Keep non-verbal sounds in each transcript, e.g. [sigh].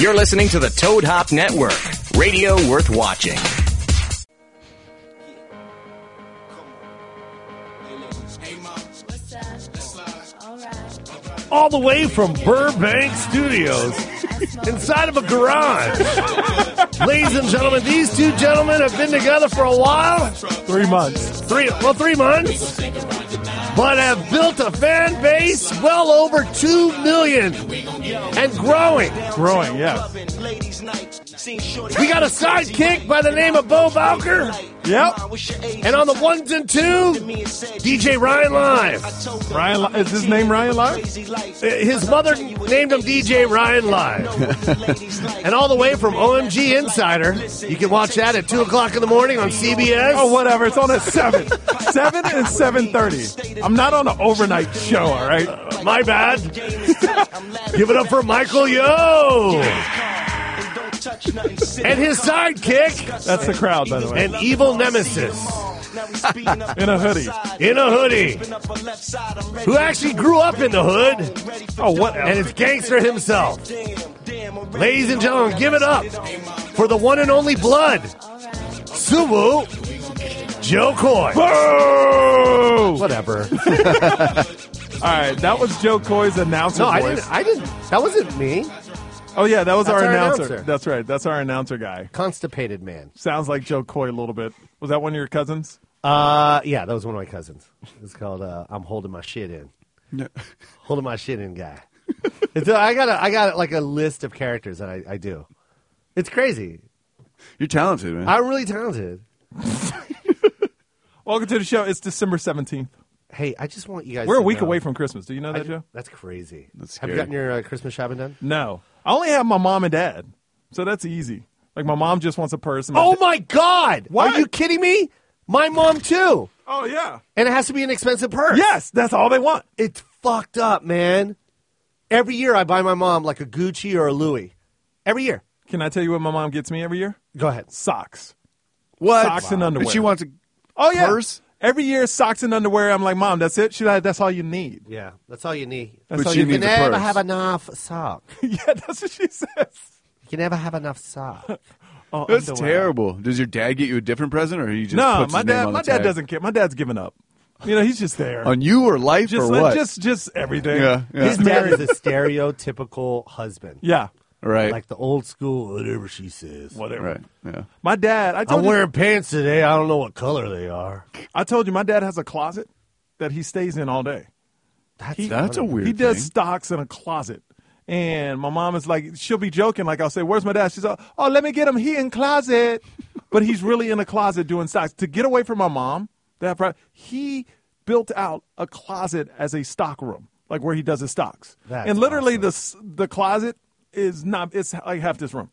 You're listening to the Toad Hop Network, radio worth watching. all the way from Burbank Studios inside of a garage. Ladies and gentlemen, these two gentlemen have been together for a while. Three months. Three well, three months. But have built a fan base well over two million and growing. Growing, yeah. We got a sidekick by the name of Bo Bowker. Yep. And on the ones and two, DJ Ryan Live. Ryan, Li- is his name Ryan Live? His mother named him DJ Ryan Live. and all the way from OMG Insider. You can watch that at 2 o'clock in the morning on CBS. Oh, whatever. It's on at [laughs] seven, seven and seven thirty. I'm not on an overnight show. All right. Uh, My bad. Give it up for Michael Yo and his sidekick That's the crowd, by the way. and evil nemesis In a hoodie. in a hoodie who actually grew up in the hood Oh, whatever. and is gangster himself. Ladies and gentlemen, give it up for the one and only Blood, Suwu Joe Coy. Boo! [laughs] All Whatever. right, that was Joe Coy's announcer No, I voice. didn't. I didn't. That wasn't me. Oh yeah, that was That's our, our announcer. announcer. That's right. That's our announcer guy. Constipated man. Sounds like Joe Coy a little bit. Was that one of your cousins? Uh, yeah, that was one of my cousins. It's called uh, "I'm holding my shit in." [laughs] Holding my shit in, guy. It's, uh, I got a, I got like a list of characters that I, I do. It's crazy. You're talented, man. I'm really talented. Welcome to the show. It's December seventeenth. Hey, I just want you guys. We're a to week know- away from Christmas. Do you know that, Joe? That's crazy. That's Have you scary. gotten your uh, Christmas shopping done? No, I only have my mom and dad, so that's easy. Like my mom just wants a person. Oh my God! What? Are you kidding me? My mom too, Oh yeah. and it has to be an expensive purse. Yes, that's all they want. It's fucked up, man. Every year I buy my mom like a Gucci or a Louis. Every year. Can I tell you what my mom gets me every year? Go ahead. Socks. what? Socks and underwear. And she wants a Oh yeah. purse, Every year, socks and underwear. I'm like, mom, that's it. She's like, that's all you need. [laughs] Yeah, that's all you need. That's but all she you You needs a never purse. have enough sock. yeah, that's what she says. You can never have enough [laughs] sock. Oh, That's underwear. terrible. Does your dad get you a different present, or he just No, puts my his name dad. on My the tag? dad doesn't care. My dad's given up. You know, he's just there. on you or life just, or what? just, just everything. yeah, yeah. His dad is a [laughs] stereotypical husband. Yeah. right, Like the old school, whatever she says. Whatever. right, yeah. My dad. I told I'm you, wearing pants today. I don't know what color they are. I told you, my dad has a closet that he stays in all day. That's, That's a weird. he does thing. stocks in a closet. And my mom is like, she'll be joking. Like I'll say, "Where's my dad?" She's like, "Oh, let me get him. He in closet, but he's really in a closet doing stocks to get away from my mom." That pro- he built out a closet as a stock room, like where he does his stocks. That's and literally, the s the closet is not. It's like half this room.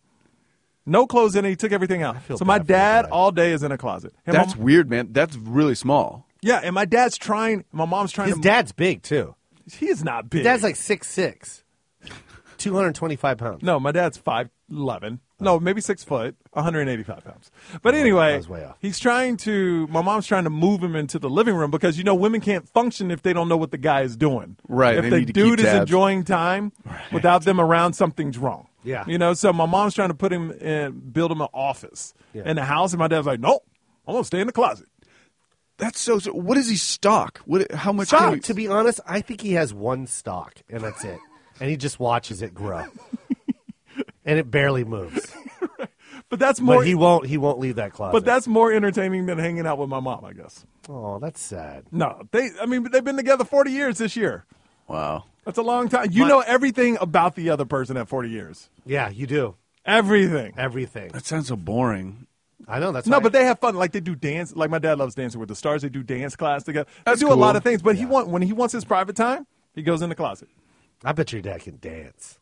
No clothes in it. He took everything out. feel So bad my for the dad guy. all day is in a closet. And my That's m- weird, man. That's really small. yeah. And my dad's trying. My mom's trying His to. dad's big too. he's not big. His dad's like six six. 225 pounds. No, my dad's five eleven. No, maybe six foot, 185 pounds. But anyway, was way off. he's trying to. My mom's trying to move him into the living room because you know women can't function if they don't know what the guy is doing. Right, If they the need to dude keep is tabs. enjoying time without them around, something's wrong. Yeah. You know. So my mom's trying to put him in, build him an office Yeah. in the house, and my dad's like, "No, I'm gonna stay in the closet." That's so. so what is he stock? What? How much? Can Stock, he, to be honest, I think he has one stock, and that's it. and he just watches it grow, and it barely moves. But that's more. But he won't. He won't leave that closet. but that's more entertaining than hanging out with my mom, I guess. oh, that's sad. No, they. I mean, they've been together 40 years this year. wow. That's a long time. You My- know everything about the other person at 40 years. Yeah, you do Everything. everything. That sounds so boring. I know that's No, why- but they have fun. Like they do dance. Like my dad loves dancing with the stars. They do dance class together. They That's do a cool. lot of things. But he want when he wants his private time, he goes in the closet. I bet your dad can dance.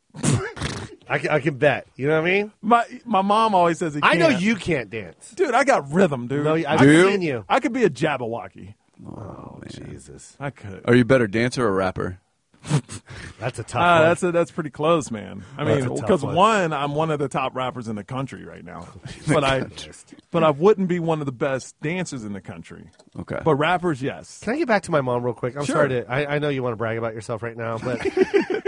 I can, I can bet. You know what I mean? My my mom always says he. I know can't. you can't dance. dude. I got rhythm, dude. No, I've Do? seen you. I could be a Jabberwocky. Oh, Jesus, I could. Are you a better dancer or rapper? that's a tough. Ah, one. that's a, that's pretty close, man. I That's mean, a tough because one. one, I'm one of the top rappers in the country right now, [laughs] but I, but I wouldn't be one of the best dancers in the country. Okay. But rappers, yes. Can I get back to my mom real quick? I'm Sure. sorry to. I, I know you want to brag about yourself right now, but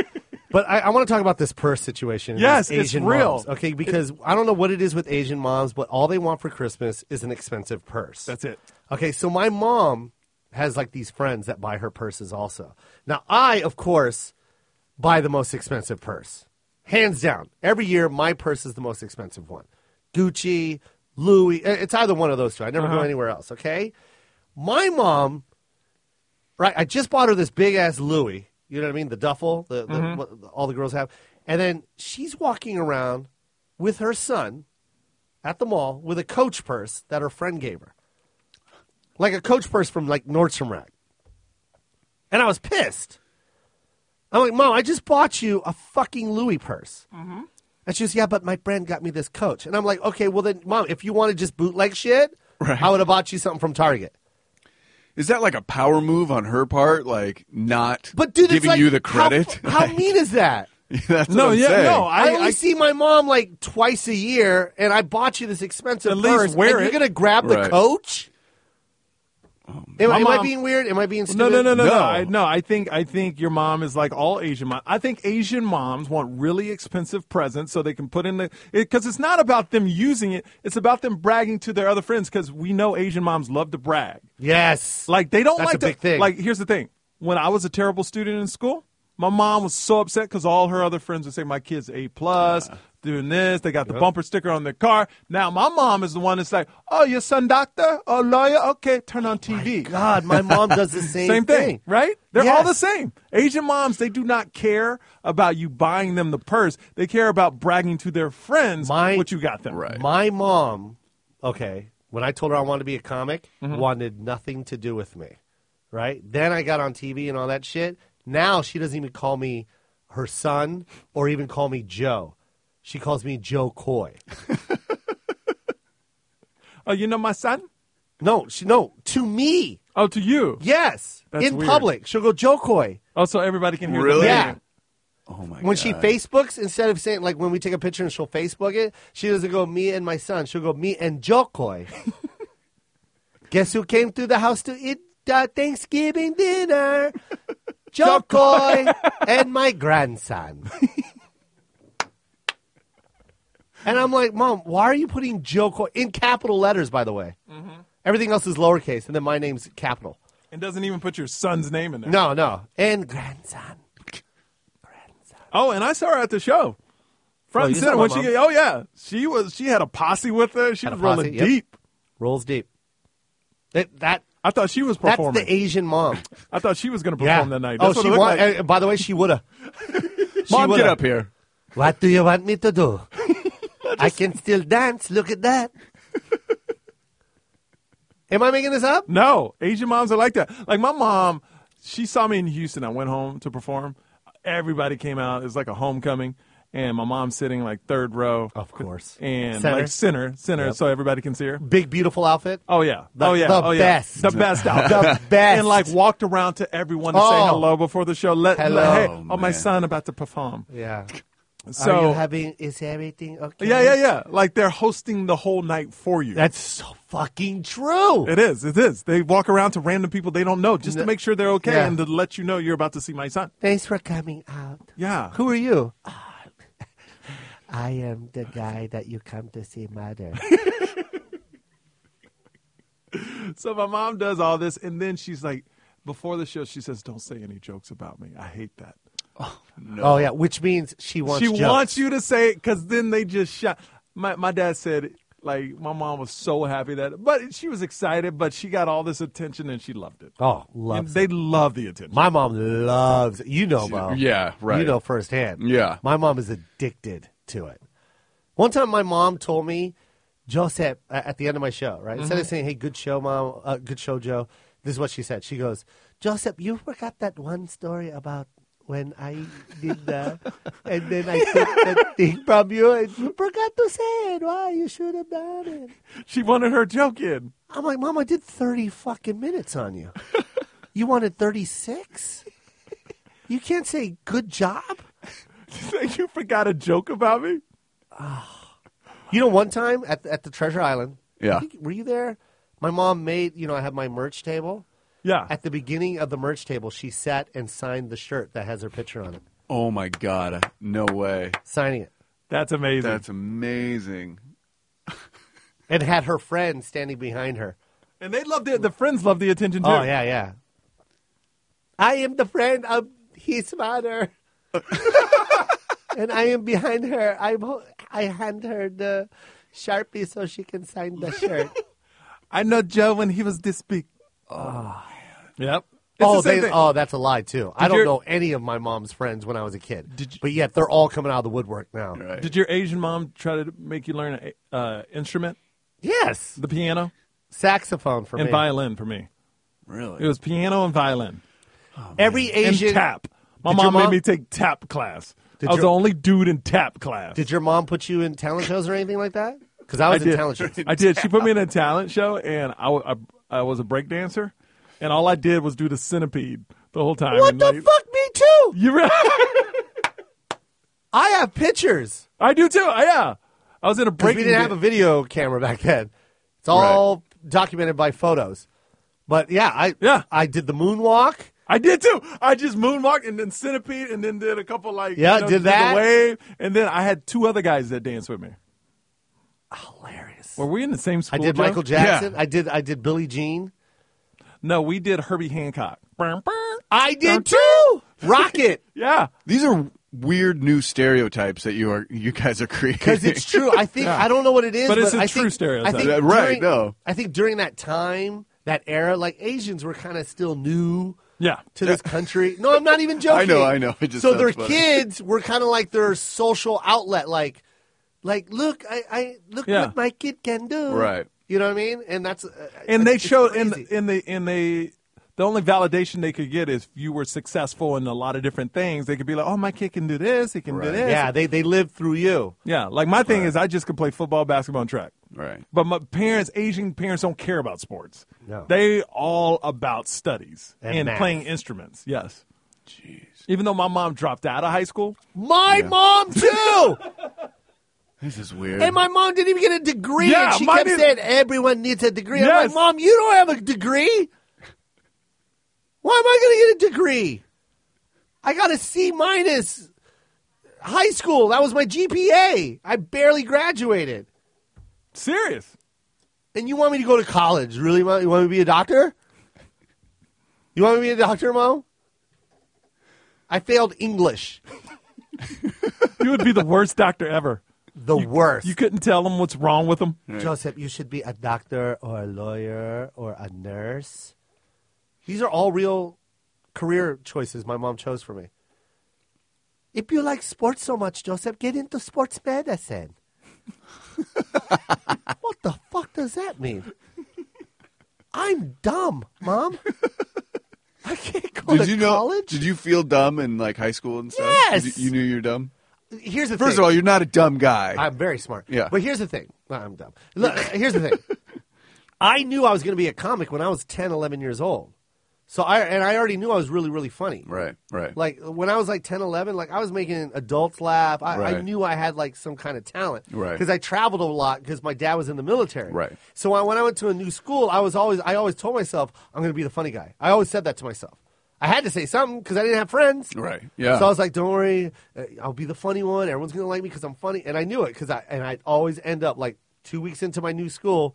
[laughs] But I, I want to talk about this purse situation. and Yes, these it's Asian real. moms, okay, because I don't know what it is with Asian moms, but all they want for Christmas is an expensive purse. That's it. Okay, so my mom has like these friends that buy her purses also. Now, I, of course, buy the most expensive purse. Hands down. Every year, my purse is the most expensive one. Gucci, Louis, i- it's either one of those two. I never go anywhere else, okay? My mom, right, I just bought her this big ass Louis. You know what I mean? The duffel, the, the, what all the girls have. And then she's walking around with her son at the mall with a coach purse that her friend gave her like a coach purse from like Nordstrom Rack. And I was pissed. I'm like, Mom, I just bought you a fucking Louis purse. Mm-hmm. And she was, Yeah, but my friend got me this coach. And I'm like, Okay, well then, Mom, if you want to just bootleg shit, I would have bought you something from Target. Is that like a power move on her part? Like not But dude, it's giving like, you the how- credit? How, mean is that? [laughs] That's No, what I'm yeah, saying. no, [laughs] I- I, only see my mom like twice a year, and I bought you this expensive At least purse. wear and it. Oh, You're gonna grab the Right. coach? am, My am I mom- being weird? Am I being No, stupid? no, no, no, no. No. I, no, I think I think your mom is like all Asian mom. I think Asian moms want really expensive presents so they can put in the because it's not about them using it. It's about them bragging to their other friends because we know Asian moms love to brag. Yes. Like they don't That's like a to, big thing. Like here's the thing: when I was a terrible student in school, my mom was so upset because all her other friends would say my kid's A plus, doing this. They got the bumper sticker on their car. Now my mom is the one that's like, "Oh, your son doctor? Oh, lawyer? Okay, turn on TV." God, my mom does the same, Same thing, right? They're all the Yes. same. Asian moms, they do not care about you buying them the purse. They care about bragging to their friends My- what you got them. Right. My mom, okay, when I told her I wanted to be a comic, wanted nothing to do with me, right? Then I got on TV and all that shit. Now she doesn't even call me her son or even call me Joe. She calls me Joe Coy. Oh, you know my son? No, she no to me. Oh, to you. Yes, That's in weird. public, she'll go Joe Coy. Oh, so everybody can hear. the Really? Yeah. meeting. Oh my When god. she Facebooks, instead of saying like when we take a picture and she'll Facebook it, she doesn't go me and my son. She'll go me and Jokoy. Guess who came through the house to eat the Thanksgiving dinner? Jokoy and my grandson. and I'm like, Mom, why are you putting Jokoy in capital letters? By the way, everything else is lowercase, and then my name's capital. And doesn't even put your son's name in there. No, no, and grandson. Oh, and I saw her at the show. Front Oh, and you center saw my when mom. she oh yeah. She was she had a posse with her. She Had a was rolling posse, yep. deep. Rolls deep. That that I thought she was That's performing. the Asian [laughs] mom. I thought she was gonna perform that night. Oh, That's what she it looked want, like. uh, By the way, she woulda. Mom, would get have- up here. What do you want me to do? [laughs] I can still dance. Look at that. Am I making this up? No, Asian moms are like that. Like my mom, she saw me in Houston. I went home to perform. Everybody came out. It was like a homecoming, and my mom's sitting like third row Of course. and Oh. Center. like center, center, so everybody can see her. Big beautiful outfit. Oh yeah, The- oh yeah, the oh yeah, best. the best [laughs] out, The best. [laughs] and like walked around to everyone to say Oh. hello before the show. Let Hello. hey, Oh, oh, my man. son about to perform. Yeah. So Are you having? Is everything okay? yeah, yeah, yeah. Like they're hosting the whole night for you. That's so fucking true. It is. It is. They walk around to random people they don't know just to make sure they're okay Yeah. and to let you know you're about to see my son. Thanks for coming out. Yeah. Who are [laughs] you? I am the guy that you come to see [laughs] mother. So my mom does all this, and then she's like, before the show, she says, "Don't say any jokes about me. I hate that." Oh yeah, which means she wants. she jokes. wants you to say it because then they just shot. My my dad said, like, my mom was so happy that, but she was excited, but she got all this attention and she loved it. Oh, and loves. they love the attention. My mom loves you know, Mo. yeah, right. You know firsthand. Yeah. my mom is addicted to it. One time, my mom told me, Joseph, a- at the end of my show, right? Instead Mm-hmm. of saying, "Hey, good show, mom, uh, good show, Joe," this is what she said. She goes, Joseph, you forgot that one story about when I did the, and then I took [laughs] that thing from you, and you forgot to say it. Why you should have done it? she wanted her joke in. [laughs] "I'm like, mom, I did thirty fucking minutes on you. You wanted thirty six. You can't say good job. She's like, you forgot a joke about me. You know, one time at at the Treasure Island, Yeah. I think- were you there? My mom made you know I have my merch table. Yeah, At the beginning of the merch table, she sat and signed the shirt that has her picture on it. Oh my god, no way. signing it, That's amazing. That's amazing. and had her friend standing behind her. and they love the the friends love the attention too. Oh yeah, yeah. I am the friend of his [laughs] mother, and I am behind her. I I hand her the sharpie so she can sign [laughs] the shirt. I know Joe when he was this big. Oh, yep. It's oh, the same they, thing. oh, that's a lie too. I Did don't your- know any of my mom's friends when I was a kid, Did you- but yet they're all coming out of the woodwork now. Right. Did your Asian mom try to make you learn an uh, instrument? Yes, The piano saxophone for and me. violin for me. really? It was piano and violin Every Asian and tap. My Did your mom, mom- made me take tap class. Did I was your- the only dude in tap class. Did your mom put you in talent shows or anything like that? Because I was I in did. talent shows. [laughs] I did. She put me in a talent show, and I, wa- I, I was a break dancer, and all I did was do the centipede the whole time. What and, the like, fuck? Me too. You re- [laughs] I have pictures. I do too. Yeah, I was in a break. Because we didn't have a video camera back then. It's all documented by photos. But yeah, I Yeah. I did the moonwalk. I did too. I just moonwalked and then centipede, and then did a couple like Yeah, you know, did that. the wave, and then I had two other guys that danced with me. Hilarious. Were we in the same school? I did Joe? Michael Jackson. Yeah. I did I did Billie Jean. No, we did Herbie Hancock. Burn, burn. I did too. Rocket. Yeah, These are weird new stereotypes that you are you guys are [laughs] creating. Because it's true. I think I don't know what it is, But but, it's a I true think, stereotype. I think Yeah, right, during- no. I think during that time, that era, like Asians were kind of still new. yeah. to this country. No, I'm not even joking. [laughs] I know, I know. It just so sounds their funny. kids were kind of like their social outlet, like, like look, I, I look Yeah. what my kid can do. Right. You know what I mean? And that's uh, And it's- they it's showed in crazy. in the in the the only validation they could get is if you were successful in a lot of different things. They could be like, "Oh, my kid can do this. He can do Right. this." yeah, they they live through you. yeah. Like my thing is, I just could play football, basketball, and track. right. But my parents, Asian parents, don't care about sports. No. They all about studies And and math. playing instruments. Yes. Jeez. Even though my mom dropped out of high school, My [laughs] mom [laughs] too, This is weird. and my mom didn't even get a degree. Yeah, and she mine kept is- saying everyone needs a degree. I'm like, Yes. mom, you don't have a degree. Why am I going to get a degree? I got a C minus high school. That was my GPA. I barely graduated. serious. And you want me to go to college? Really, mom? You want me to be a doctor? You want me to be a doctor, mom? I failed English. You would be the worst doctor ever. The worst. You couldn't tell them what's wrong with them. Joseph, you should be a doctor or a lawyer or a nurse. These are all real career choices my mom chose for me. If you like sports so much, Joseph, get into sports medicine. [laughs] what the fuck does that mean? I'm dumb, [laughs] mom. I can't go did to you know? college. Did you feel dumb in like high school and stuff? Yes. Did You, you knew you're dumb. Here's the First thing. of all, you're not a dumb guy. I'm very smart. Yeah. But here's the thing. No, I'm dumb. [laughs] Look, here's the thing. I knew I was going to be a comic when I was 10, 11 years old. So I and I already knew I was really really funny. right. Right. Like when I was like 10, 11, like I was making adults laugh. I, I Right. knew I had like some kind of talent. Right. Because I traveled a lot because my dad was in the military. Right. So I, when I went to a new school, I was always I always told myself I'm going to be the funny guy. I always said that to myself. I had to say something because I didn't have friends. Right. Yeah. So I was like, "Don't worry, uh, I'll be the funny one. Everyone's gonna like me because I'm funny." And I knew it because I and I always end up like two weeks into my new school,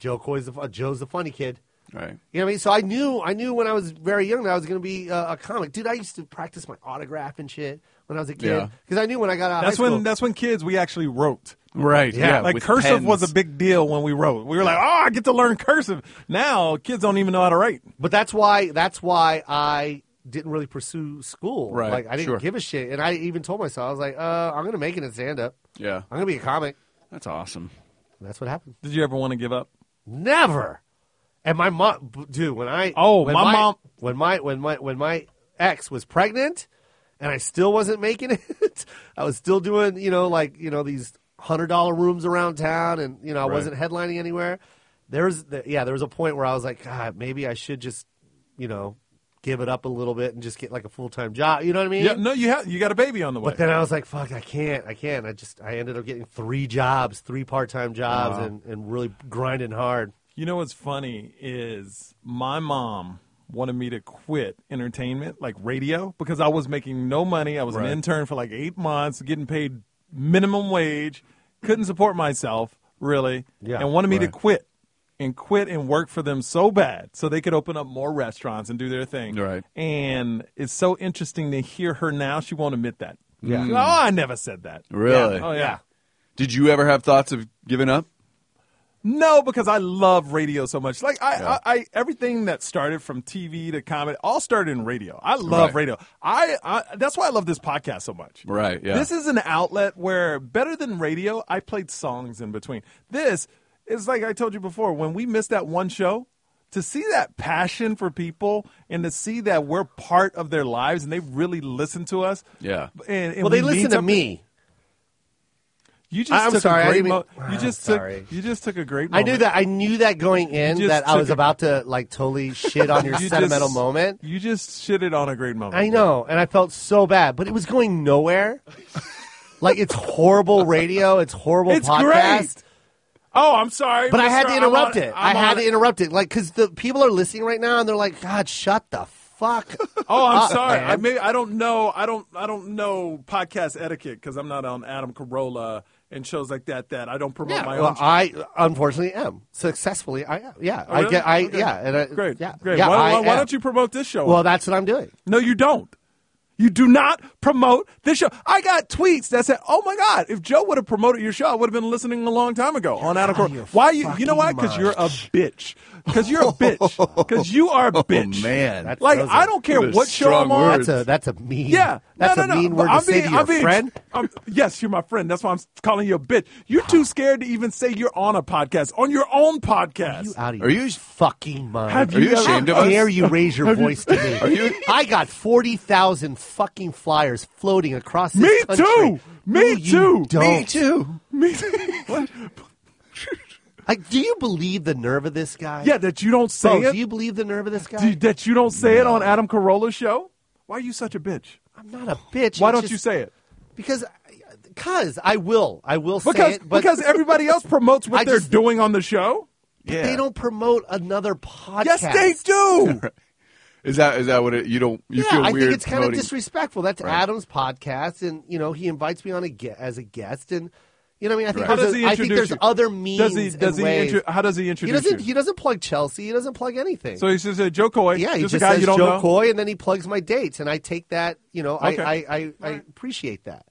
Joe Coy's the, fu- Joe's the funny kid. right. You know what I mean? So I knew I knew when I was very young that I was gonna be uh, a comic. Dude, I used to practice my autograph and shit when I was a kid Yeah. because I knew when I got out. of That's high when school- that's when kids we actually wrote. Right. Yeah, Yeah. Like with cursive pens. was a big deal when we wrote. We were like, "Oh, I get to learn cursive." Now kids don't even know how to write. But that's why that's why I didn't really pursue school. Right, Like I didn't sure. give a shit, and I even told myself I was like, uh, "I'm gonna make it in stand up. Yeah. I'm gonna be a comic." That's awesome. And that's what happened. Did you ever want to give up? Never. And my mom, dude, when I Oh, when my mom- when my when my when my ex was pregnant, and I still wasn't making [laughs] it. I was still doing you know like you know these hundred dollar rooms around town, and you know I wasn't headlining anywhere. There was the, yeah, there was a point where I was like, God, maybe I should just you know give it up a little bit and just get like a full time job. You know what I mean? Yeah, no, you have you got a baby on the way. But then I was like, fuck, I can't, I can't. I just, I ended up getting three jobs, three part time jobs, and, and really grinding hard. You know what's funny is my mom wanted me to quit entertainment, like radio, because I was making no money. I was an intern for like eight months, getting paid minimum wage, couldn't support myself really, Yeah, and wanted me to right. quit and quit and work for them so bad so they could open up more restaurants and do their thing. Right. And it's so interesting to hear her now. She won't admit that. Yeah. Oh, I never said that. Really? Oh, yeah. Did you ever have thoughts of giving up? No, because I love radio so much. Like I, I, I everything that started from TV to comedy all started in radio. I love Right. radio. I, I that's why I love this podcast so much. Right, yeah. This is an outlet where better than radio, I played songs in between. This is like I told you before when we missed that one show. To see that passion for people and to see that we're part of their lives and they really listen to us. Yeah. And, and Well, they we mean listen to something. me. You just I'm took sorry, I a great didn't mean- mo- you just I'm took Ah, sorry. you just took a great I moment. knew that. I knew that going in You just that I took was it. about to like totally shit on your [laughs] You sentimental just- moment. You just shitted on a great moment. I know, and I felt so bad, but it was going [laughs] nowhere. like it's horrible radio. It's horrible It's podcast. great. Oh, I'm sorry. But I had Mr. to I'm interrupt on- it. I I'm had on to interrupt it. Like, because the people are listening right now and they're like, God, shut the [laughs] fuck. Oh, I'm up, sorry. Uh, man." I maybe I don't know. I don't. I don't know podcast etiquette because I'm not on Adam Carolla and shows like that. That I don't promote Yeah, my well, own. show. I unfortunately am successfully. I am. Yeah, Oh, I really? get. I Okay. yeah. And I, great. Yeah, Great. Yeah, why I why, why am. don't you promote this show? Well, that's what I'm doing. no, you don't. You do not promote this show. I got tweets that said, "Oh my God, if Joe would have promoted your show, I would have been listening a long time ago." on Adam your Carolla. Why you? You know why? Because you're a bitch. Because [laughs] you're a bitch. Because you are a Oh, bitch. man. That's- Like Those are- I don't care those are what show I'm strong on. words. That's a that's a mean. Yeah, that's no, a no, no. mean word I'm to say being- to your I'm being- friend. I'm- yes, you're my friend. That's why I'm calling you a bitch. You're too scared to even say you're on a podcast on your own podcast. You out of Are your you- fucking mind? Have Are you you- ashamed of How us? Dare you raise your voice to me? Are you- I got forty thousand fucking flyers floating across. This Me country. too. No, Me you too. Me Don't. too. Me- Like, do you believe the nerve of this guy? [laughs] yeah, that you don't say Bo, it. do you believe the nerve of this guy? Do- that you don't say it on Adam Carolla's show. Why are you such a bitch? I'm not a bitch. Why It's don't just- you say it? Because, because I will. I will say Because it. But because everybody else promotes what I they're just- doing on the show. Yeah. they don't promote another podcast. Yes, they [laughs] do. Is that is that what it, you don't you Yeah, feel I weird? think it's kind of promoting- disrespectful. That's Adam's podcast, and you know he invites me on a ge- as a guest, and you know what I mean. I think How there's, does a- he I introduce think there's you? other means. Does he? Does and he? ways. intro- how does he he introduce doesn't. you? He doesn't plug Chelsea. He doesn't plug anything. so he says uh, Joe Coy. yeah, he just, just a guy says you don't Joe know. Coy, and then he plugs my dates, and I take that. You know, Okay. I I, I, I appreciate that.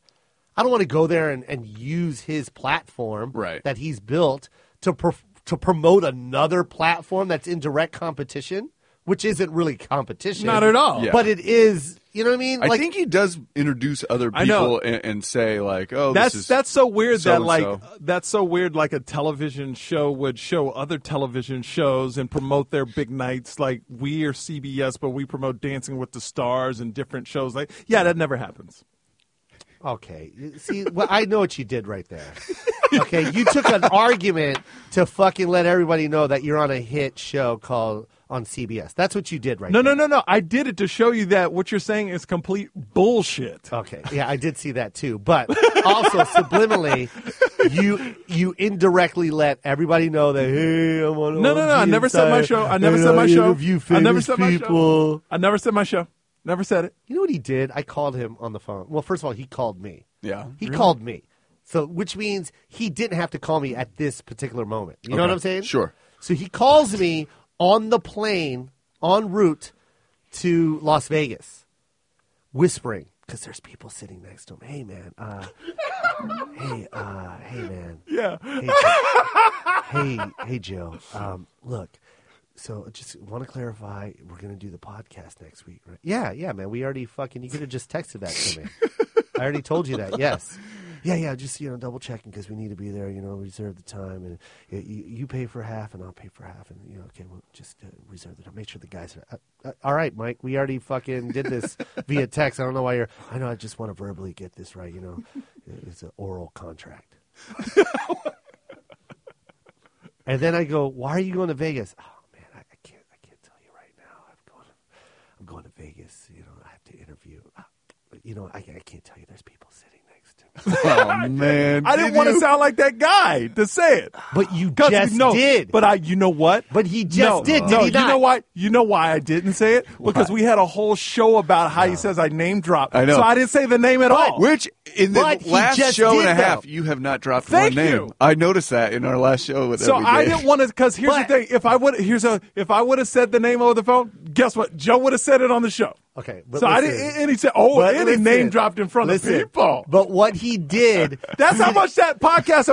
I don't want to go there and, and use his platform Right. that he's built to pro- to promote another platform that's in direct competition, which isn't really competition, Not at all. Yeah. But it is. You know what I mean? I think he does introduce other I know. people and, and say like, "Oh, that's this is that's so weird that like so-and-so. that's so weird like a television show would show other television shows and promote their big nights like we are CBS but we promote Dancing with the Stars and different shows like yeah that never happens. Okay. See, well, I know what you did right there. Okay, you took an argument to fucking let everybody know that you're on a hit show called on CBS. That's what you did right No there. no no no I did it to show you that what you're saying is complete bullshit. Okay. Yeah, I did see that too. But also subliminally, you you indirectly let everybody know that hey, I'm on. No, no, no! I never said my show. I never said my show. I never said my show. I never said my show. Never said it. You know what he did? I called him on the phone. Well, first of all, he called me. Yeah. He called me. So, which means he didn't have to call me at this particular moment. You know Okay. what I'm saying? Sure. So he calls me on the plane en route to Las Vegas, whispering because there's people sitting next to him. Hey, man. Uh, [laughs] hey, uh, hey, man. Yeah. Hey, Joe. hey, hey, Joe. Um, look, so I just want to clarify, we're gonna do the podcast next week, right? Yeah, yeah, man. We already fucking. You could have just texted that to me. I already told you that. Yes. Yeah, yeah. Just you know, double checking because we need to be there. You know, reserve the time, and y- you, you pay for half, and I'll pay for half, and you know, okay, we'll just uh, reserve the time. Make sure the guys are. Uh, uh, all right, Mike. We already fucking did this via text. I don't know why you're. I know. I just want to verbally get this right. You know, it's an oral contract. And then I go, "Why are you going to Vegas?" Oh man, I, I can't, I can't tell you right now. I'm going, to, I'm Uh, going to Vegas. You know, I have to interview. Ah, You know, I, I can't tell you. There's people sitting next to me. [laughs] Oh man, I didn't Did want to you? sound like that guy to say it. But [laughs] you 'Cause just no, did. But I, you know what? But he just No, did, did No, he you not? know why? You know why I didn't say it? Because we had a whole show about how he says I name drop. I know. So I didn't say the name at all. Which in the But he last just show and did, a half, though. you have not dropped Thank one name. you. I noticed that in our last show with So every I day. didn't want to. Because here's But- the thing: if I would, here's a, if I would have said the name over the phone, guess what? Joe would have said it on the show. Okay, but so I listen. didn't, and he said, "Oh, But and listen, he name dropped in front listen, of people." But what he [laughs] did, That's how much that podcast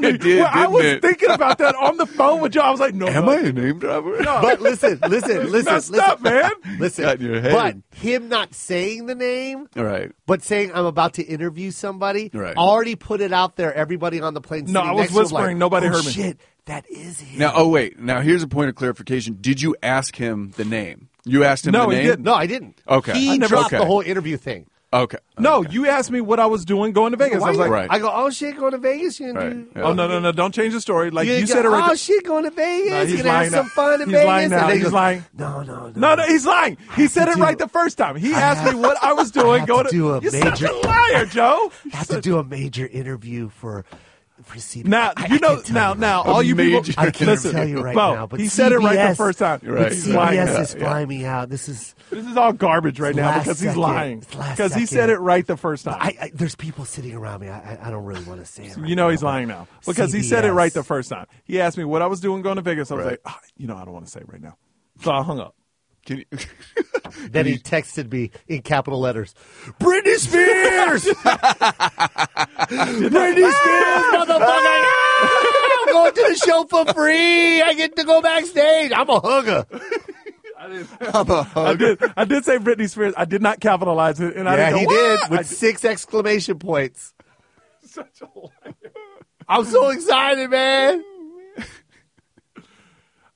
[laughs] me. It did, Where I didn't was it? thinking about that on the phone with Joe. I was like, "No, Am no. I a name dropper? No. but listen, listen, listen, messed listen, [laughs] up, man. Listen, Got in your head. but him not saying the name, All right. but saying I'm about to interview somebody, Right. already put it out there. Everybody on the plane. No, sitting I was next to him like, whispering, nobody "Oh, heard me." Shit, that is him. Now, oh wait. Now here's a point of clarification. Did you ask him the name? You asked him No, the he name. didn't. no, I didn't. Okay. he I never- dropped okay. the whole interview thing. Okay. No, you asked me what I was doing going to Vegas. I was like, Right. I go, oh shit, going to Vegas, you didn't Right. do. Yeah. oh, no, no, no, don't change the story. Like, You, you, didn't said it go, right oh there. shit, going to No, Vegas, he's gonna have lying some now. fun in He's Vegas. lying now. And then he He's goes, lying. No, no, no. No, no, he's lying. He said it do- right the first time. He asked me what I was doing have going to do a You're such major- a liar, Joe. I have to do a major interview for for CBS. Now I- I you know. can't tell Now, you. now, all you people. major- I can't listen, tell you right Bo, now. But he said it right the CBS first time. You're but right. He's CBS lying. now. is flying me out. This is This is all garbage right now Last because he's second. lying. It's last Because he said second. it right the first time. I, I there's people sitting around me. I, I- I don't really want to say it. right you know now, he's but lying now because he said it CBS. right the first time. He asked me what I was doing going to Vegas. I was Right. like, "Ah, you know, I don't want to say right now. So I hung up. [laughs] Can you, [laughs] Then he texted me in capital letters, [laughs] Britney [laughs] Spears! Britney Spears, motherfucker! I'm going to the show for free. I get to go backstage. I'm a hugger. I'm a hug. I did. I did say Britney Spears. I did not capitalize it, and I didn't Yeah, he go, did "What?" with six exclamation points. I'm so excited, man.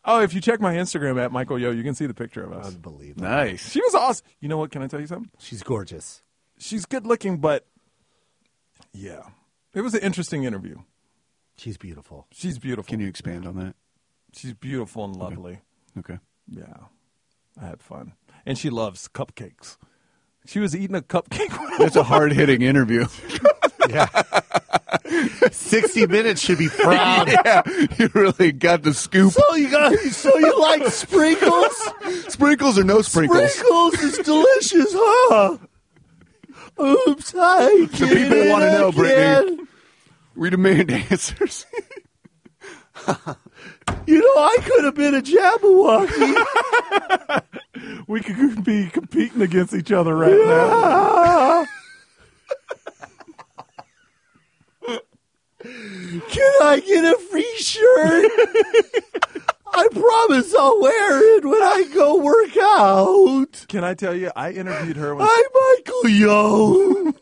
Oh, if you check my Instagram at Michael Yo, you can see the picture of us. Unbelievable. Nice. She was awesome. You know what? Can I tell you something? She's gorgeous. She's good looking, but yeah, it was an interesting interview. She's beautiful. She's beautiful. Can you expand on that? She's beautiful and lovely. Okay. Yeah, I had fun, and she loves cupcakes. She was eating a cupcake. That's a hard hitting interview. [laughs] Yeah. [laughs] 60 minutes should be proud. yeah, [laughs] you really got the scoop. So you got so you like sprinkles? [laughs] Sprinkles or no sprinkles? Sprinkles [laughs] is delicious, huh? Oops, [laughs] I The people want to know, Brittany. We demand answers. You know, I could have been a Jabberwocky. we could be competing against each other right now. [laughs] Can I get a free shirt? [laughs] I promise I'll wear it when I go work out. Can I tell you? I interviewed her. When, I'm Michael Yo.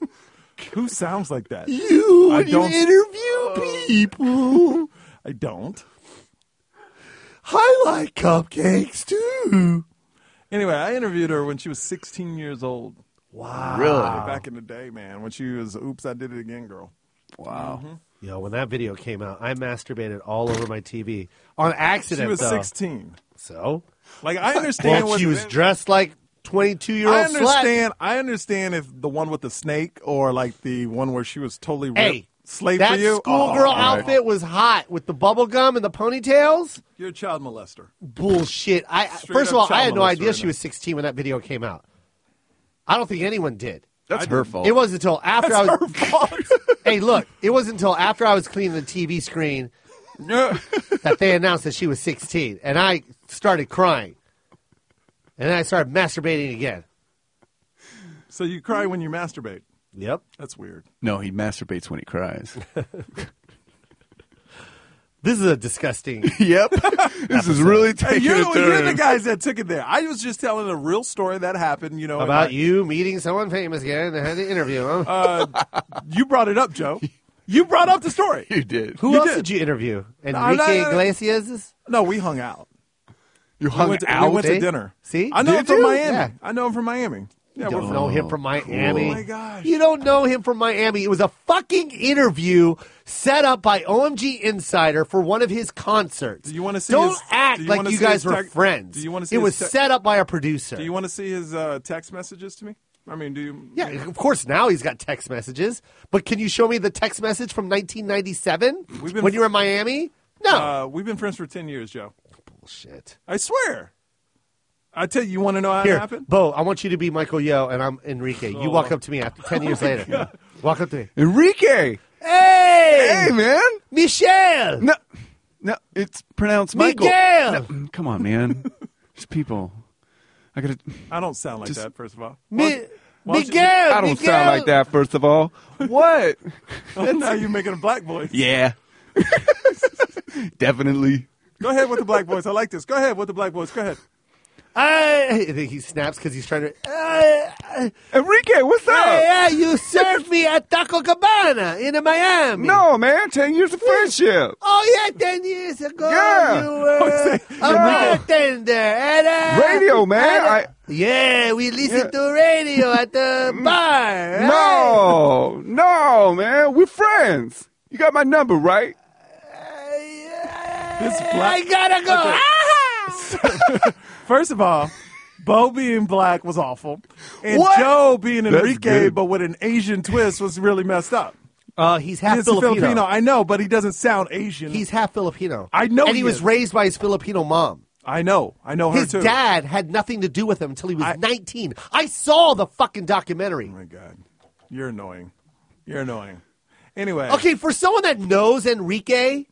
who sounds like that? You, I when you don't- Uh, interview people. [laughs] I don't. I like cupcakes too. Anyway, I interviewed her when she was 16 years old. Wow. Really? Back in the day, man, when she was "Oops, I did it again," girl. [laughs] Wow. Yo, when that video came out, I masturbated all over my TV on accident. She was though. 16. So, Like I understand well, what she was dressed like twenty-two year I old slut. understand. I understand if the one with the snake or like the one where she was totally ripped, Hey, slave that for you. schoolgirl Oh, outfit was hot with the bubble gum and the ponytails. You're a child molester. [laughs] Bullshit. I Straight first of up all, I child had no molester idea right she now. was sixteen when that video came out. I don't think anyone did. That's her fault. It wasn't until after I was. Her fault. [laughs] Hey, look, it wasn't until after I was cleaning the TV screen that they announced that she was 16, and I started crying, and then I started masturbating again. so you cry when you masturbate. Yep. That's weird. no, he masturbates when he cries. [laughs] This is a [laughs] disgusting. yep. [laughs] This is really taking you're, a the- turn. you're the guys that took it there. I was just telling a real story that happened. You know and about I- you meeting someone famous again and had to interview Oh, him. uh, You brought it up, Joe. You brought up the story. You did. Who you else did. did. you interview? I'm Enrique not- Iglesias. No, we hung out. You We hung went to, out. we went to See? dinner. See? I know him Did from you? Miami. Yeah. I know him from Miami. Yeah, You we're don't from- know him from Miami. Oh my gosh. You don't know him from Miami. It was a fucking interview set up by OMG Insider for one of his concerts. Do you wanna see Don't his- act do you like wanna you see guys his were tech- friends. do you wanna see It his was tech- set up by a producer. Do you want to see his uh, text messages to me? I mean, do you? Yeah, of course. Now he's got text messages, but can you show me the text message from 1997 We've been- when you were in Miami? No Uh, we've been friends for ten years, Joe. bullshit. I swear. I tell you, you want to know how Here, it happened? Bo, I want you to be Michael Yo, and I'm Enrique. You walk up to me after ten [laughs] oh years later. Walk up to me, Enrique. hey, Hey, man. Michelle, No, no, it's pronounced Michael. Miguel! No, Mm, come on, [laughs] man. There's people. I gotta. I don't sound like Just- that. First of all, [laughs] Mi- why don't you- Miguel. I don't sound like that. First of all, what? oh, now you're making a black voice. [laughs] yeah, [laughs] definitely. Go ahead with the black voice. I like this. Go ahead with the black voice. Go ahead. I, and then he snaps because he's trying to. I, I, Enrique, what's up? yeah, you served me at Taco Cabana in Miami. No, man. Ten years of friendship. Oh yeah, ten years ago Yeah. you [laughs] were a bartender at a Radio, man. I Mm. Yeah, we listen to radio at [laughs] the bar. right? no, no, man. We're friends. You got my number, right? This I gotta black. go. Ah! First of all, Bo being black was awful, and What? Joe being That's Enrique, good. but with an Asian twist, was really messed up. Uh, he's half He's a Filipino. Filipino. I know, but he doesn't sound Asian. He's half Filipino. I know and he he was is. raised by his Filipino mom. I know. I know His her too. dad had nothing to do with him until he was I- 19. I saw the fucking documentary. Oh my god, you're annoying. You're annoying. Anyway, Okay, for someone that knows Enrique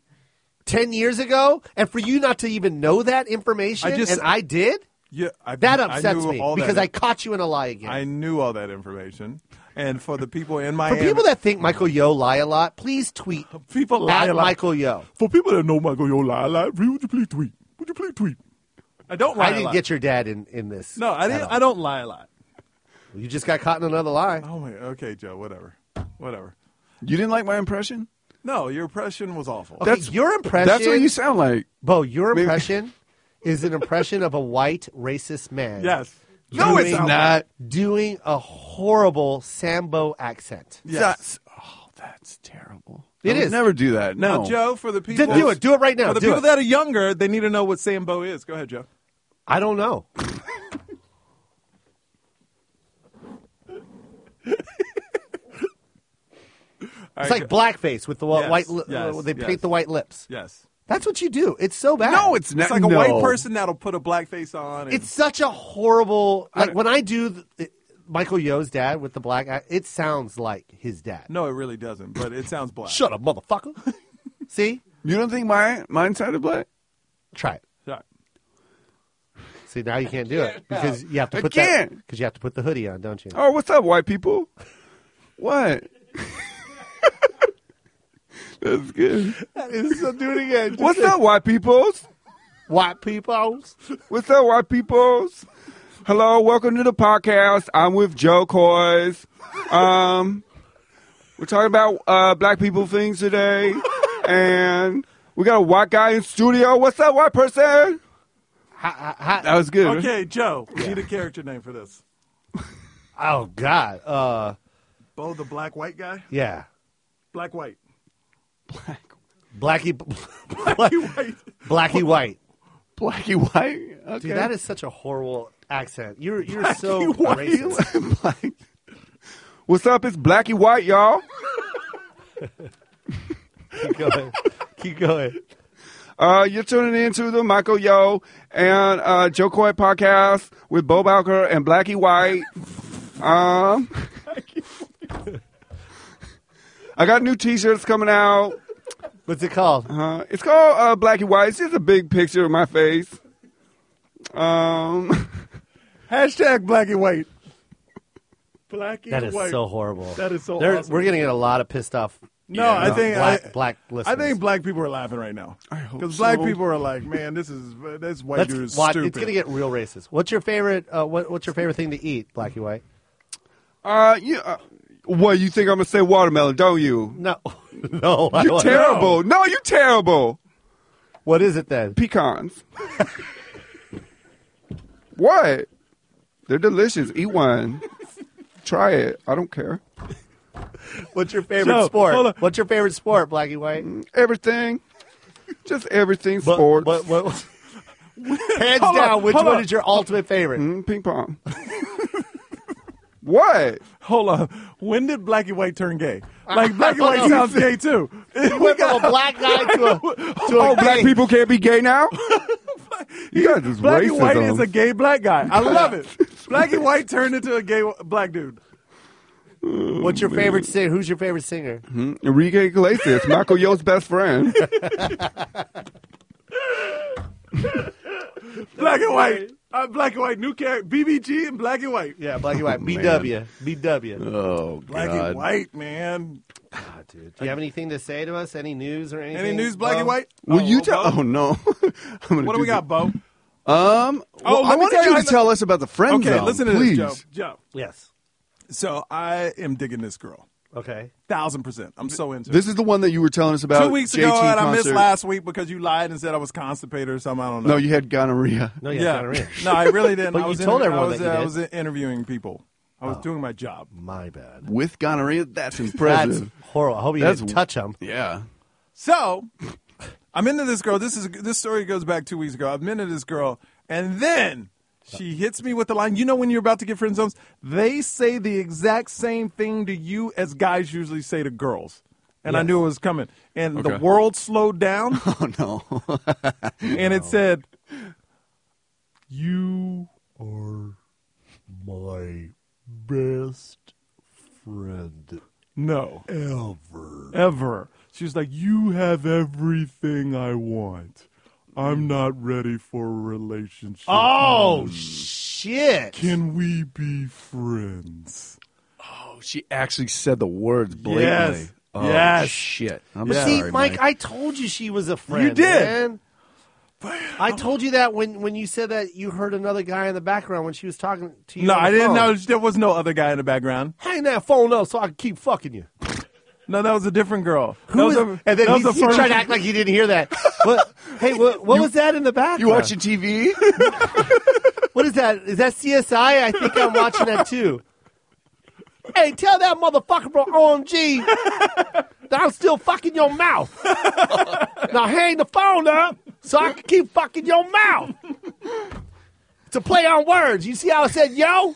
10 years ago, and for you not to even know that information, I just- and I did, Yeah, I, that I upsets knew me all that- because I caught you in a lie again. I knew all that information. And for the people in for Miami, people that think Michael Yo lie a lot, please [laughs] tweet people lie at a lot. Michael Yo. For people that know Michael Yo lie a lot, would you please tweet? Would you please tweet? I don't [laughs] lie. I a didn't lot. get your dad in, in this. No, I at didn't. all. I don't lie a lot. You just got caught in another lie. Oh my. Okay, Joe. Whatever. Whatever. You didn't like my impression? No, your impression was awful. Okay, your impression. That's what you sound like. Bo, your Maybe- impression is an impression of a white racist man. Yes. No, it's doing- not. Doing a horrible Sambo accent. Yes. That's, oh, that's terrible. It I would is. Never do that. No, Now, Joe, for the people, Then do it. Do it right now. For the Do people it. that are younger, they need to know what Sambo is. Go ahead, Joe. I don't know. It's like blackface with the wh- Yes, white. Li- yes, uh, they yes. paint the white lips. Yes. That's what you do. It's so bad. No, it's not. It's like a no. white person that'll put a black face on. And, It's such a horrible. Like don't- when I do th- it, Michael Yo's dad with the black, eye, it sounds like his dad. no, it really doesn't, but it sounds black. Shut up, motherfucker. See, You don't think my mine sounded black? try it. Right. See, now you can't do it because you have to I put that can't. because you have to put the hoodie on, don't you? Oh, what's up, white people? What? That's good. do it again. What's up, white peoples? White people. What's up, white peoples? Hello, welcome to the podcast. I'm with Joe Coys. Um, we're talking about uh, black people things today, and we got a white guy in studio. What's up, white person? That was good. huh? Okay, Joe. We need a character name for this. Oh God. Uh, Bo, the black white guy. yeah. [laughs] Black white. Blackie, Blacky white. Blackie White. Blacky white. Okay. Dude, that is such a horrible accent. You're you're so racist. [laughs] Black. What's up? It's Blackie White, y'all. Keep going. Keep going. Uh, you're tuning in to the Michael Yo and uh, Joe Coy podcast with Bo Bowker and Blackie White. Um, I got new T-shirts coming out. What's it called? Uh, it's called uh, Blackie White. It's just a big picture of my face. Um, Hashtag black and white. Black and That is white. so horrible. That is so There- awesome. We're gonna get a lot of pissed off. No, uh, I think black, I, black I listeners. think black people are laughing right now hope because black so. people are like, man, this is this white Let's dude is watch- stupid. it's gonna get real racist. What's your favorite? Uh, what, what's your favorite thing to eat, Blackie White? uh, you, uh, what you think I'm gonna say? Watermelon, don't you? No, [laughs] Oh, no. I You don't- terrible. No, you terrible. What is it then? pecans. what? They're delicious. Eat one. Try it. I don't care. What's your favorite Joe, hold on. Mm. sport? What's your favorite sport, Blackie White? Everything. Just everything. But- Sports. but- what- hands Hold on, down, which hold one on. Mm. is your ultimate favorite? Mm, ping pong. What? [laughs] Hold on. When did black and white turn gay? [laughs] Like black and Oh, white sounds gay too. [laughs] We Went from a black guy to [laughs] a to a Oh, black gay. people can't be gay now? you got this black and white racism. is a gay black guy. I love [laughs] it. Black and white turned into a gay black dude. Oh, What's your favorite singer? Who's your favorite singer? Mm. Enrique Iglesias, Michael Yo's [laughs] best friend. Black and white. Uh, black and white. New character. BBG and black and white. Yeah, black and Oh, white. BW. BW. Do Oh, Black and white, man. Ah, you have anything to say to us? Any news or anything? Any news? Black and Well, white. Will you oh, tell? Bo? Oh no. [laughs] I'm gonna What do we the- got, Bo? Um. Oh, well, let I me tell wanted you you how to the- tell us about the friend Okay, zone, listen to please. this, Joe. Joe. Yes. So I am digging this girl. Okay. Thousand percent. I'm so into it. This is the one that you were telling us about. Two weeks JT ago, and I missed concert. last week because you lied and said I was constipated or something. I don't know. No, you had gonorrhea. No, yeah, yeah. gonorrhea. no, I really [laughs] didn't. But I you was told inter- everyone I was, that you uh, I did. Oh. was interviewing people. I was doing [laughs] my job. My bad. With gonorrhea, that's That's [laughs] impressive. horrible. I hope you That's- didn't touch him. yeah. [laughs] So I'm into this girl. This is this story goes back two weeks ago. I'm into this girl, and then she hits me with the line. You know when you're about to get friend zones, they say the exact same thing to you as guys usually say to girls. And I knew it was coming. And the Okay. world [laughs] slowed down, Oh no. and it said, "You My best friend. no ever ever." She was like, "You have everything I want. I'm not ready for a relationship." Oh, shit. Can we be friends? she actually said the words blatantly. Yes. Oh, Yes. Shit. I'm But see, Mike, I told you she was a friend. You did. man. I told you that when, when you said that you heard another guy in the background when she was talking to you. No, on the I didn't phone. know there was no other guy in the background. Hang that phone up so I can keep fucking you. No, that was a different girl. Who is- and then he, he tried to act like he didn't hear that. what, hey, what, [laughs] what was that in the background? you watching [laughs] TV? What is that? Is that CSI? I think I'm watching that too. Hey, tell that motherfucker from OMG that I'm still fucking your mouth. now hang the phone up so I can keep fucking your mouth. It's a play on words. You see how I said yo?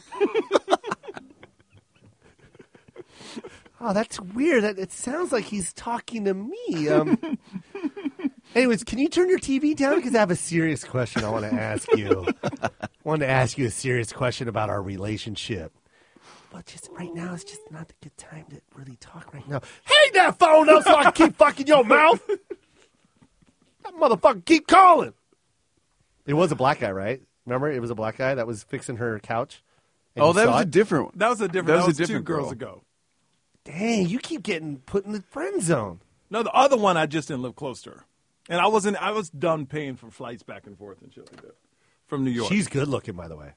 oh, that's weird. That it sounds like he's talking to me. Um, anyways, can you turn your TV down? Because I have a serious question I want to ask you wanted to ask you a serious question about our relationship. But just right now, it's just not a good time to really talk right now. Hang that phone up so I can keep fucking your mouth. That motherfucker keep calling. It was a black guy, right? Remember, it was a black guy that was fixing her couch. And oh, you that saw was a it? different one. That was a different. That was, two girls ago. dang. You keep getting put in the friend zone. No, the other one I just didn't live close to her, and I wasn't. I was done paying for flights back and forth and shit like that from New York. Oh, She's good looking, by the way.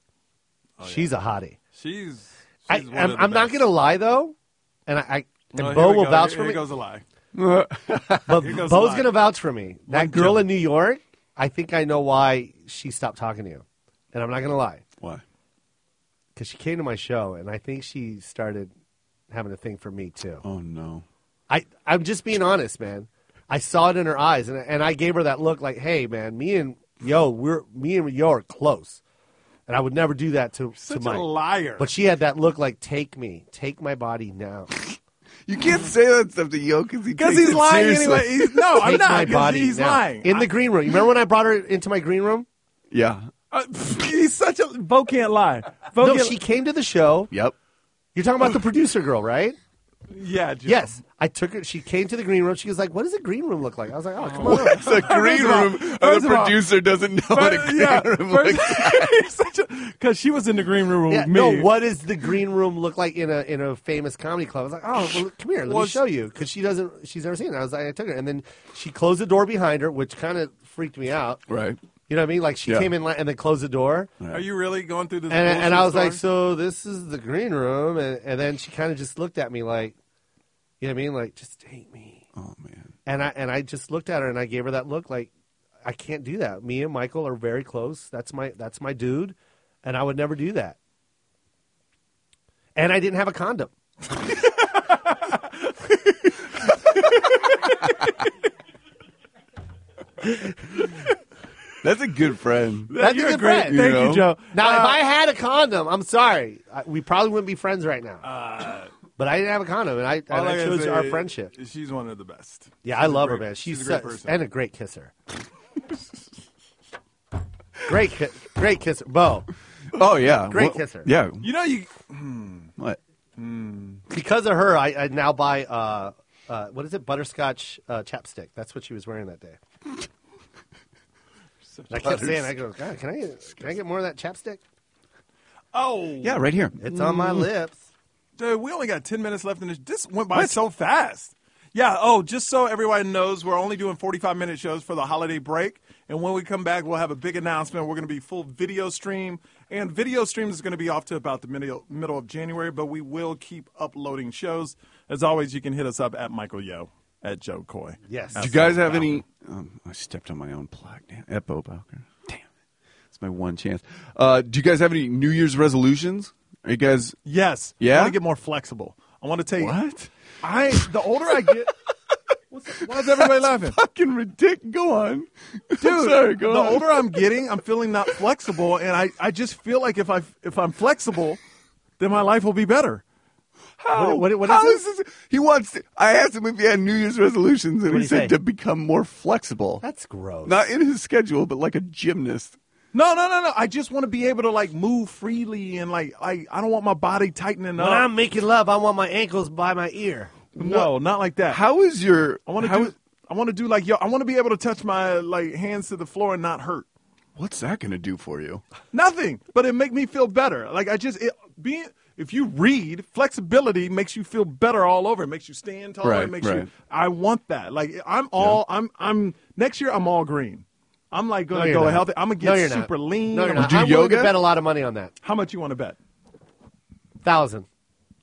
She's a hottie. she's. I, she's one I'm, of the I'm not best. gonna lie though, and I, I and No, here Bo we will go. vouch here, for here me. goes a lie. But goes Bo's the lie. gonna vouch for me. That girl joke. in New York, I think I know why she stopped talking to you, and I'm not gonna lie, Why? because she came to my show, and I think she started having a thing for me too. Oh no. I I'm just being honest, man. I saw it in her eyes, and and I gave her that look like, hey, man, me and yo, we're me and yo are close, and I would never do that to Such to a Mike. liar. But she had that look like, take me, take my body now. You can't say that stuff to Yo because he because takes he's it lying seriously. anyway. [laughs] He's, no, [laughs] I'm Take my not. 'cause body He's now. lying. in the green room. You remember when I brought her into my green room? [laughs] Yeah. I- [laughs] I- he's such a Bo can't lie. Bo No, can't, she came to the show. Yep. You're talking about the producer girl, right? Oh. yeah, Joe. Yes. I took her. She came to the green room. She was like, "What does a green room look like?" I was like, "Oh, come on." [laughs] over." It's a green of all- room. and first the of all- producer doesn't know what a [laughs] green room looks like. [laughs] Because she was in the green room Yeah, with me. no. What does the green room look like in a in a famous comedy club? I was like, "Oh, well, come here. Let Well, me show you," because she doesn't. She's never seen it. I was like, I took her, and then she closed the door behind her, which kind of freaked me out. [laughs] Right. You know what I mean? Like she Yeah. came in la- and then closed the door. Are you really going through this? and, bullshit and I was story? like, so this is the green room, and, and then she kind of just looked at me like, you know what I mean, like just take me. Oh man. And I and I just looked at her and I gave her that look like, I can't do that. Me and Michael are very close. That's my that's my dude, and I would never do that. And I didn't have a condom. That's a good friend. That's You're a a good great- friend. thank you, you, Joe. Now, if Uh, I had a condom, I'm sorry, I, we probably wouldn't be friends right now. but I didn't have a condom, and I, and Uh, all I gotta chose say our is friendship. She's one of the best. Yeah, I love her, great- man. She's, she's a great such- person. and a great kisser. great, ki- great kisser, Bo. Oh yeah, Great Wha- kisser. Yeah, You know, you what? Because of her, I, I now buy uh, uh, what is it, butterscotch uh, chapstick. That's what she was wearing that [laughs] day. And I kept saying, I go, God, can I can I get more of that chapstick? Oh, Yeah, right here. It's on Mm. my lips. dude, we only got ten minutes left in this. This went by so fast. Yeah. Oh, just so everyone knows, we're only doing forty-five minute shows for the holiday break, and when we come back, we'll have a big announcement. We're going to be full video stream, and video stream is going to be off to about the middle middle of January, but we will keep uploading shows. As always, you can hit us up at Michael Yo at Joe Coy. Yes. At Do Do you guys have any? Um, I stepped on my own plug. Damn, at Bo Bowker. Damn it. It's my one chance. Uh, do you guys have any New Year's resolutions? Are you guys? Yes. Yeah? I want to get more flexible. I want to take What? I the older I [laughs] get. What's, why is everybody laughing? Fucking ridiculous. Go on, [laughs] dude. go the on. older I'm getting, I'm feeling not flexible, and I, I just feel like if I if I'm flexible, then my life will be better. How? what- what How is is this? He wants. To, I asked him if he had New Year's resolutions, and What'd he he said say? to become more flexible. That's gross. Not in his schedule, but like a gymnast. No, no, no, no. I just want to be able to like move freely and like like I don't want my body tightening when up. I'm making love, I want my ankles by my ear. no, not like that. How is your? I want to how do. is- I want to do like yo. I want to be able to touch my like hands to the floor and not hurt. What's that going to do for you? Nothing, but it make me feel better. Like I just it, being if you read, flexibility makes you feel better all over. It makes you stand taller. Right, it makes right. you. I want that. Like I'm all I'm I'm next year. I'm all green. I'm like gonna you're go not. healthy. I'm gonna No, get you're not. super lean. No, you're I'm- not. do I'm willing to yoga? bet a lot of money on that. How much you want to bet? Thousand.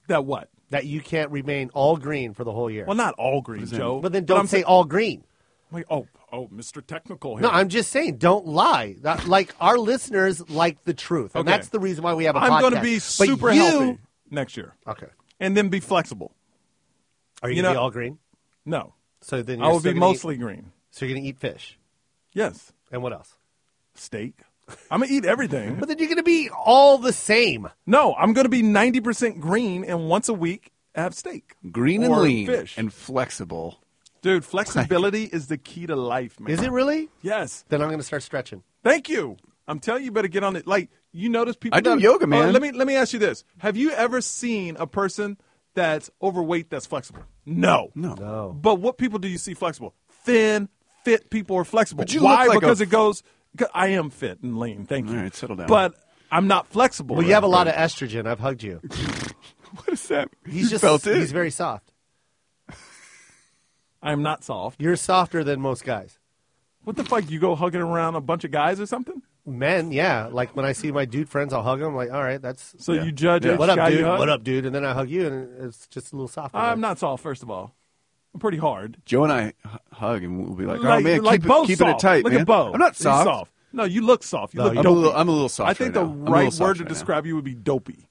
That what? That you can't remain all green for the whole year. Well, not all green, Joe. but then don't I'm say saying- all green. Wait, oh, oh, Mr. Technical here. No, I'm just saying, don't lie. That- like our listeners like the truth, and Okay. that's the reason why we have a I'm going to be super you, healthy next year, Okay. and then be flexible. Are you, You gonna know- be all green? No, So then you're I will still be gonna eat- mostly green. so you're gonna eat fish Yes, and what else? steak. I'm gonna eat everything. [laughs] But then you're gonna be all the same. No, I'm going to be 90% green and once a week have steak. Green Or and lean fish. and flexible. Dude, flexibility is the key to life, man. Is it really? Yes. Then I'm gonna start stretching. Thank you. I'm telling you, you better get on it. Like, you notice people. I do that- yoga, Oh, man. let me let me ask you this: Have you ever seen a person that's overweight that's flexible? No, No. No. But what people do you see flexible? Thin, fit people are flexible. But you Why? look like a- because it goes. 'cause I am fit and lean. Thank you. All right, settle down. But I'm not flexible. Well, you have a lot of estrogen. I've hugged you. What [laughs] is that? He's you just felt it. he's very soft. I am not soft. You're softer than most guys. What the fuck? You go hugging around a bunch of guys or something? Men, yeah. Like when I see my dude friends, I'll hug them. Like, all right, that's So you judge each what up, guy dude? you hug? What up, dude? And then I hug you, and it's just a little softer. Like, I'm not soft, first of all. I'm pretty hard. Joe and I h- hug, and we'll be like, "Oh like, man, like keep, Bo's it, keep it soft. tight, Look man." at Bo. I'm not He's soft. No, you look soft. You No, look you- I'm a dopey. little. I'm a little soft. I think the right now. I'm a little right soft word to right now. describe you would be dopey.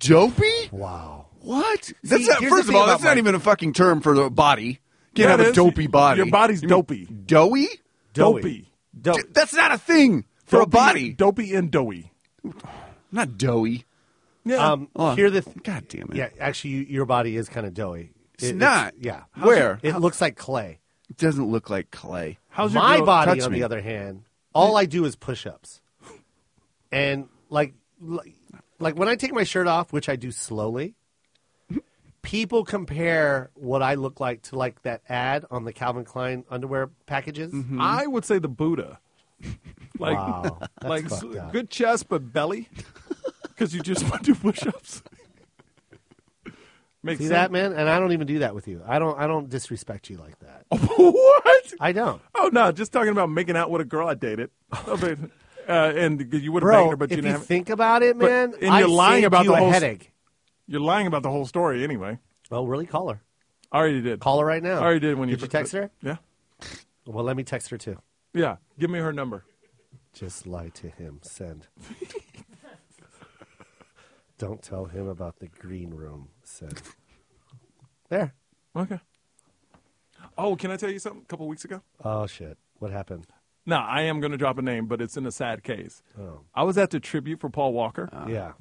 dopey. Wow. What? That's See, not, here's the first of thing all, about that's not my- even a fucking term for the body. Can't That have a is- dopey body. Your body's You mean dopey. Doughy? Doughy. Dopey. Dope. D- That's not a thing for a Dopey- body. Dopey and doughy. not doughy. Yeah. Um, Hold on. here the th- God damn it. yeah. Actually, you, your body is kind of doughy. It's not. yeah. Where? it looks like clay. It doesn't look like clay. How's your My girl- body, touch on me? the other hand, all I do is push-ups, and like, like, like when I take my shirt off, which I do slowly. People compare what I look like to like that ad on the Calvin Klein underwear packages. Mm-hmm. I would say the Buddha. [laughs] Like, Wow, that's like fucked s- up. good chest but [laughs] belly, because you just want to do push-ups. Makes See sense. that, man? And I don't even do that with you. I don't. I don't disrespect you like that. [laughs] Oh, what? I don't. Oh no, just talking about making out with a girl I dated. [laughs] I mean, uh, and you would have banged Bro, her, but you if didn't you have. think about it, But- man, and you're lying about you the a whole s- headache. You're lying about the whole story anyway. Oh, really? Call her. I already did. Call her right now. I already did when Oh, you Did you text her? Yeah, Well, let me text her too. yeah. Give me her number. Just lie to him. Send. [laughs] Don't tell him about the green room. Send. There. Okay. Oh, can I tell you something? A couple weeks ago, Oh shit. What happened? No, I am going to drop a name, but it's in a sad case. Oh. I was at the tribute for Paul Walker. Yeah.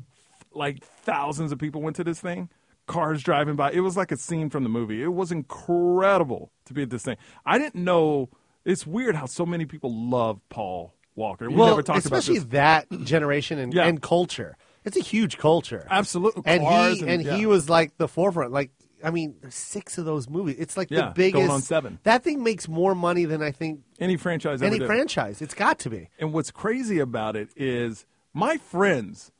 like thousands of people went to this thing. Cars driving by. It was like a scene from the movie. It was incredible to be at this thing. I didn't know. It's weird how so many people love Paul Walker. We well, never talked about especially this. that generation and, Yeah. and culture. It's a huge culture. Absolutely. And Cars he and, yeah. he was like the forefront. Like I mean, there's six of those movies. It's like Yeah, the biggest. going on seven. That thing makes more money than I think any franchise. ever any did. franchise. It's got to be. And what's crazy about it is my friends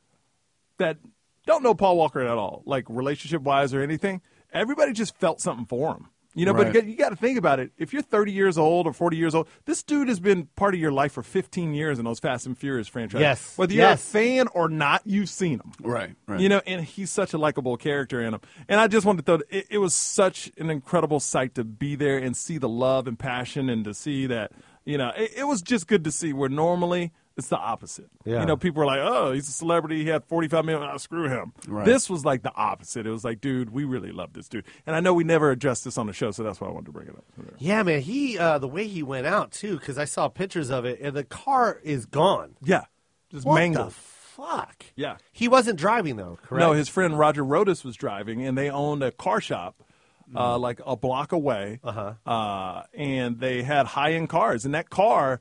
that don't know Paul Walker at all, like relationship wise or anything, everybody just felt something for him. You know, Right. but you got to think about it. If you're 30 years old or 40 years old, this dude has been part of your life for 15 years in those Fast and Furious franchises. Yes, Whether you're yes. a fan or not, you've seen him. Right, right. You know, and he's such a likable character in him. And I just wanted to throw it, it was such an incredible sight to be there and see the love and passion and to see that, you know, it, it was just good to see where normally it's the opposite. Yeah. You know, people are like, oh, he's a celebrity. He had 45 million. Oh, screw him. Right. This was like the opposite. It was like, dude, we really love this dude. And I know we never addressed this on the show, so that's why I wanted to bring it up. Yeah, man. He uh, the way he went out too, because I saw pictures of it, and the car is gone. Yeah. Just What mangled. the fuck? Yeah. He wasn't driving though, correct? No, his friend Roger Rodas was driving, and they owned a car shop. Uh, like a block away, uh-huh. and they had high-end cars. And that car,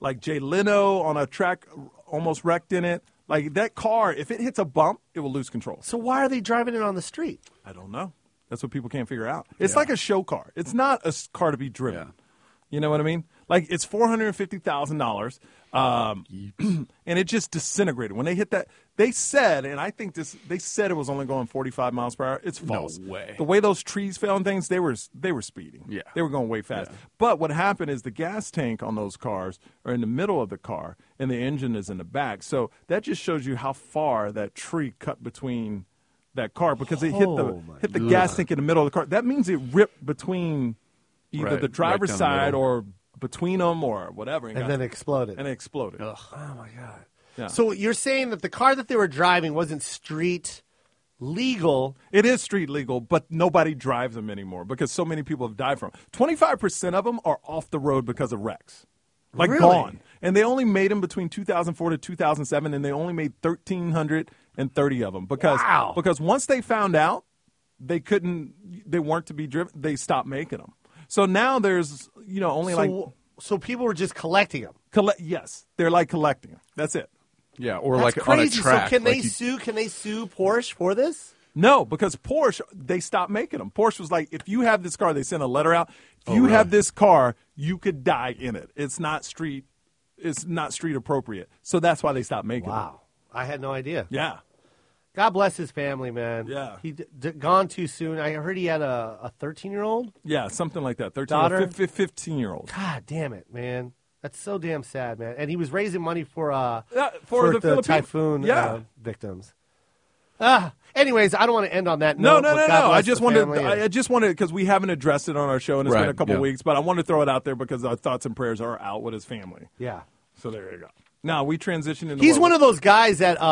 like Jay Leno on a track, almost wrecked in it. Like that car, if it hits a bump, it will lose control. So why are they driving it on the street? I don't know. That's what people can't figure out. It's like a show car. It's not a s- car to be driven. Yeah. You know what I mean? Like it's four hundred and fifty thousand dollars, um, [clears throat] and it just disintegrated when they hit that. They said, and I think this. They said it was only going forty-five miles per hour. It's false. way. The way those trees fell and things, they were they were speeding. Yeah. they were going way fast. But what happened is the gas tank on those cars are in the middle of the car, and the engine is in the back. So that just shows you how far that tree cut between that car because it hit Oh, the my hit the gas tank in the middle of the car. That means it ripped between either Right, the right driver's down the side middle. or between them or whatever, And got- then exploded. and it exploded. oh my god. Yeah. So you're saying that the car that they were driving wasn't street legal? It is street legal, but nobody drives them anymore because so many people have died from. Twenty five percent of them are off the road because of wrecks, like Really? gone. And they only made them between 2004 to 2007, and they only made 1,330 of them because Wow. because once they found out they couldn't, they weren't to be driven. They stopped making them. So now there's you know only So, like so people were just collecting them. collect. Yes, they're like collecting. 'em. That's it. Yeah, or That's like crazy. on a track. so can like they you- sue? Can they sue Porsche for this? No, because Porsche they stopped making them. Porsche was like, if you have this car, they sent a letter out. Oh, If you have this car, you could die in it. It's not street. It's not street appropriate. So that's why they stopped making them. Wow, I had no idea. Yeah. God bless his family, man. Yeah. he d- d- gone too soon. I heard he had a 13 year old. Yeah, something like that. 13 Daughter? or 15 year old. God damn it, man. That's so damn sad, man. And he was raising money for uh Yeah, for the Philippine- typhoon Yeah. uh, victims. Ah, anyways, I don't want to end on that. No, note, no, but no, God no. I bless just the wanted, family and- I I just wanted because we haven't addressed it on our show, and it's been Right, a couple yeah. weeks. But I wanted to throw it out there because our thoughts and prayers are out with his family. yeah. So there you go. Now we transition into He's what- one of those guys that uh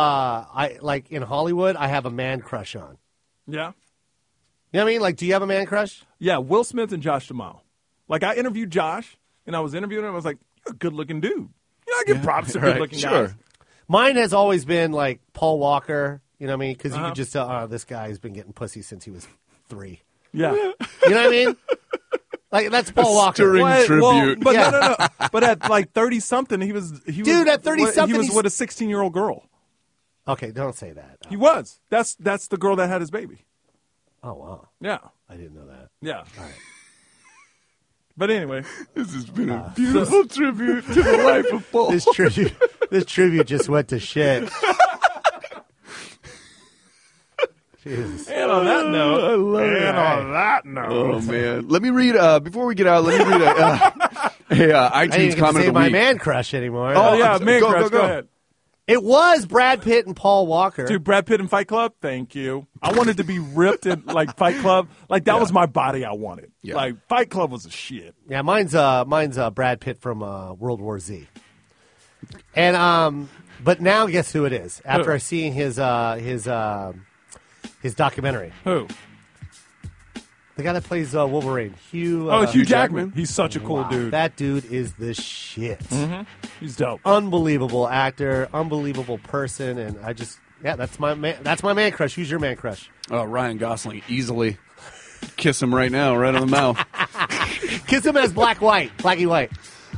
I like in Hollywood. I have a man crush on. yeah. You know what I mean? Like, do you have a man crush? Yeah, Will Smith and Josh Duhamel. Like I interviewed Josh, and I was interviewing him. I was like, "You're a good-looking dude. You know, I give props to [laughs] right, good-looking sure. guys." Mine has always been like Paul Walker. You know what I mean? Because you Uh-huh. could just tell, oh, this guy's been getting pussy since he was three. [laughs] Yeah, You know what I [laughs] mean? like that's Paul Walker. stirring Well, well, tribute. but Yeah. no, no, no. But at like thirty something, he was he was, Dude, at 30 wa- something, he was he's- with a sixteen-year-old girl. Okay, don't say that. He was. That's that's the girl that had his baby. Oh wow, Yeah, I didn't know that. yeah. But anyway, This has been a beautiful [laughs] tribute to the life of Paul. This tribute, [laughs] this tribute just went to [laughs] shit. Jesus. and on that note, [laughs] I love it. And on that note, [laughs] Oh man, let me read. Uh, before we get out, let me read a, uh, [laughs] a uh, I didn't iTunes even get to comment say of the my week. man crush anymore. oh I'm yeah, sorry. man Go, crush. go, Go, go. ahead, It was Brad Pitt and Paul Walker. dude. Brad Pitt in Fight Club. Thank you. I wanted to be ripped in like Fight Club. Like that was my body. I wanted. Yeah. Like Fight Club was a shit. Yeah, mine's uh, mine's uh, Brad Pitt from uh, World War Z. And um, but now guess who it is? After Who? uh, seeing his uh, his uh, his documentary, Who? The guy that plays uh, Wolverine, Hugh. Oh, uh, it's Hugh Jackman. Jackman. He's such a cool dude. Mm-hmm. That Oh, dude is the shit. He's dope. Unbelievable actor, unbelievable person, and I just yeah, that's my man. That's my man crush. Who's your man crush? Oh, Ryan Gosling easily kiss him right now, right on the mouth. Kiss him as black white, blacky white.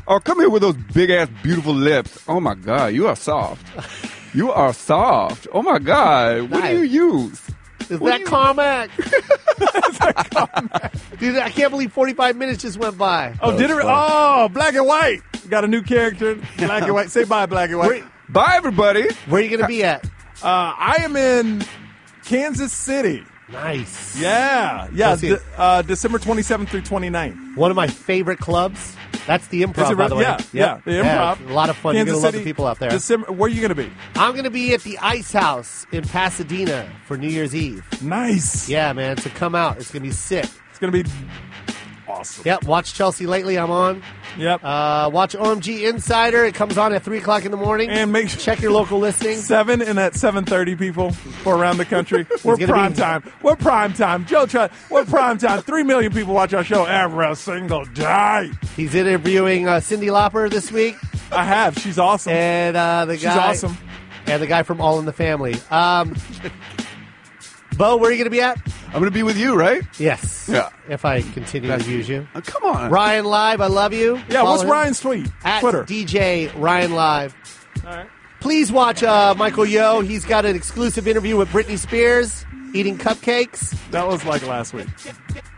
Oh, come here with those big ass beautiful lips. Oh my god, you are soft. You are soft. Oh my god, what do you use? Is What that do [laughs] you- Carmack? Dude, I can't believe 45 minutes just went by. Oh, did it? re- Oh, black and white. Got a new character. Black and white. Say bye, black and white. Bye, everybody. Where are you going to be at? Uh, I am in Kansas City. Nice. Yeah, yeah. Let's see. de- uh, December 27th through 29th. One of my favorite clubs. That's the improv, Is it by the re- way. Yeah, yeah, the improv. a lot of fun. Kansas You're going to love the City, people out there. December, where are you going to be? I'm going to be at the Ice House in Pasadena for New Year's Eve. Nice. Yeah, man. So come out. It's going to be sick. It's going to be awesome. Yep. Watch Chelsea Lately. I'm on. Yep. Uh, watch OMG Insider. It comes on at 3 o'clock in the morning. And make sure- Check your local listings. Seven and at seven thirty, people for around [laughs] the country. We're gonna prime be- time. We're prime time. Joe, Chud, we're prime time. Three million people watch our show every single day. He's interviewing uh, Cindy Lauper this week. I have. She's awesome. and uh, the She's guy. awesome. And the guy from All in the Family. Um, [laughs] Bo, where are you going to be at? I'm gonna be with you, right? Yes. Yeah. If I continue to use you. Oh, come [laughs] on. Ryan Live, I love you. yeah. Follow What's him Ryan's tweet? At Twitter. DJ Ryan Live. All right. Please watch uh, Michael Yo. He's got an exclusive interview with Britney Spears eating cupcakes That was like last week.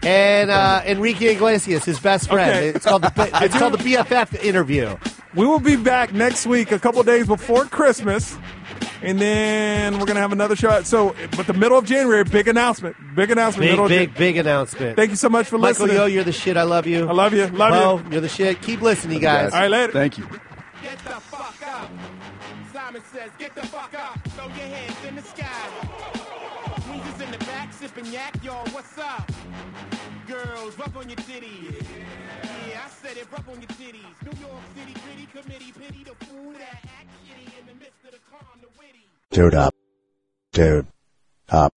and uh, Enrique Iglesias, his best friend. Okay. It's [laughs] called the it's called the BFF interview. We will be back next week, a couple days before Christmas, and then we're gonna have another show. So, but the middle of January, big announcement, big announcement. middle Big big of Jan- big announcement. Thank you so much for Michael listening. Yo, you're the shit. I love you. I love you. Love you. Bo, you're the shit. Keep listening, guys. All right, later. Thank you. Get the fuck up. Simon says, get the fuck up. Throw your hands in the sky. Weezers in the back, sipping yak, y'all, what's up? Girls, rub on your titties. Yeah, I said it, rub on your titties. New York City, pretty committee, pity the fool that act shitty in the midst of the calm, the witty. Dude up. Dude up.